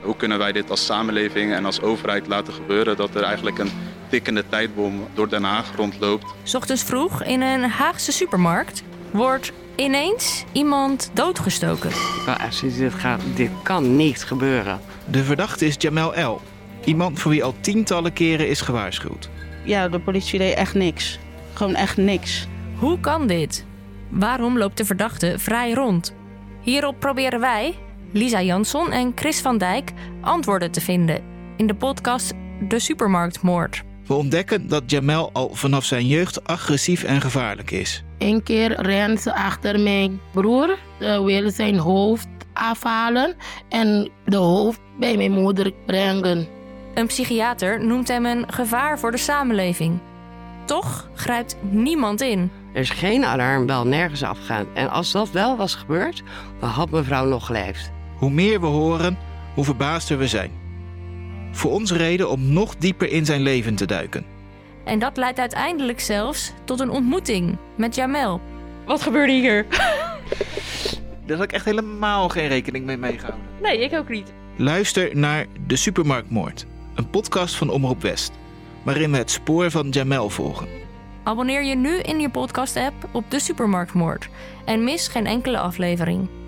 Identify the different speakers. Speaker 1: Hoe kunnen wij dit als samenleving en als overheid laten gebeuren dat er eigenlijk een tikkende tijdbom door Den Haag rondloopt?
Speaker 2: 's ochtends vroeg in een Haagse supermarkt wordt ineens iemand doodgestoken.
Speaker 3: Maar als je dit gaat, dit kan niet gebeuren.
Speaker 4: De verdachte is Jamel L. Iemand voor wie al tientallen keren is gewaarschuwd.
Speaker 5: Ja, de politie deed echt niks. Gewoon echt niks.
Speaker 2: Hoe kan dit? Waarom loopt de verdachte vrij rond? Hierop proberen wij, Lisa Jansson en Chris van Dijk, antwoorden te vinden in de podcast De Supermarktmoord.
Speaker 4: We ontdekken dat Jamel al vanaf zijn jeugd agressief en gevaarlijk is.
Speaker 6: Eén keer ren ze achter mijn broer. Ze wilden zijn hoofd afhalen en de hoofd bij mijn moeder brengen.
Speaker 2: Een psychiater noemt hem een gevaar voor de samenleving. Toch grijpt niemand in.
Speaker 3: Er is geen alarmbel nergens afgaan. En als dat wel was gebeurd, dan had mevrouw nog geleefd.
Speaker 4: Hoe meer we horen, hoe verbaasder we zijn. Voor ons reden om nog dieper in zijn leven te duiken.
Speaker 2: En dat leidt uiteindelijk zelfs tot een ontmoeting met Jamel.
Speaker 7: Wat gebeurde hier?
Speaker 4: Daar had ik echt helemaal geen rekening mee meegehouden.
Speaker 7: Nee, ik ook niet.
Speaker 4: Luister naar De Supermarktmoord, een podcast van Omroep West, waarin we het spoor van Jamel volgen.
Speaker 2: Abonneer je nu in je podcast-app op De Supermarktmoord en mis geen enkele aflevering.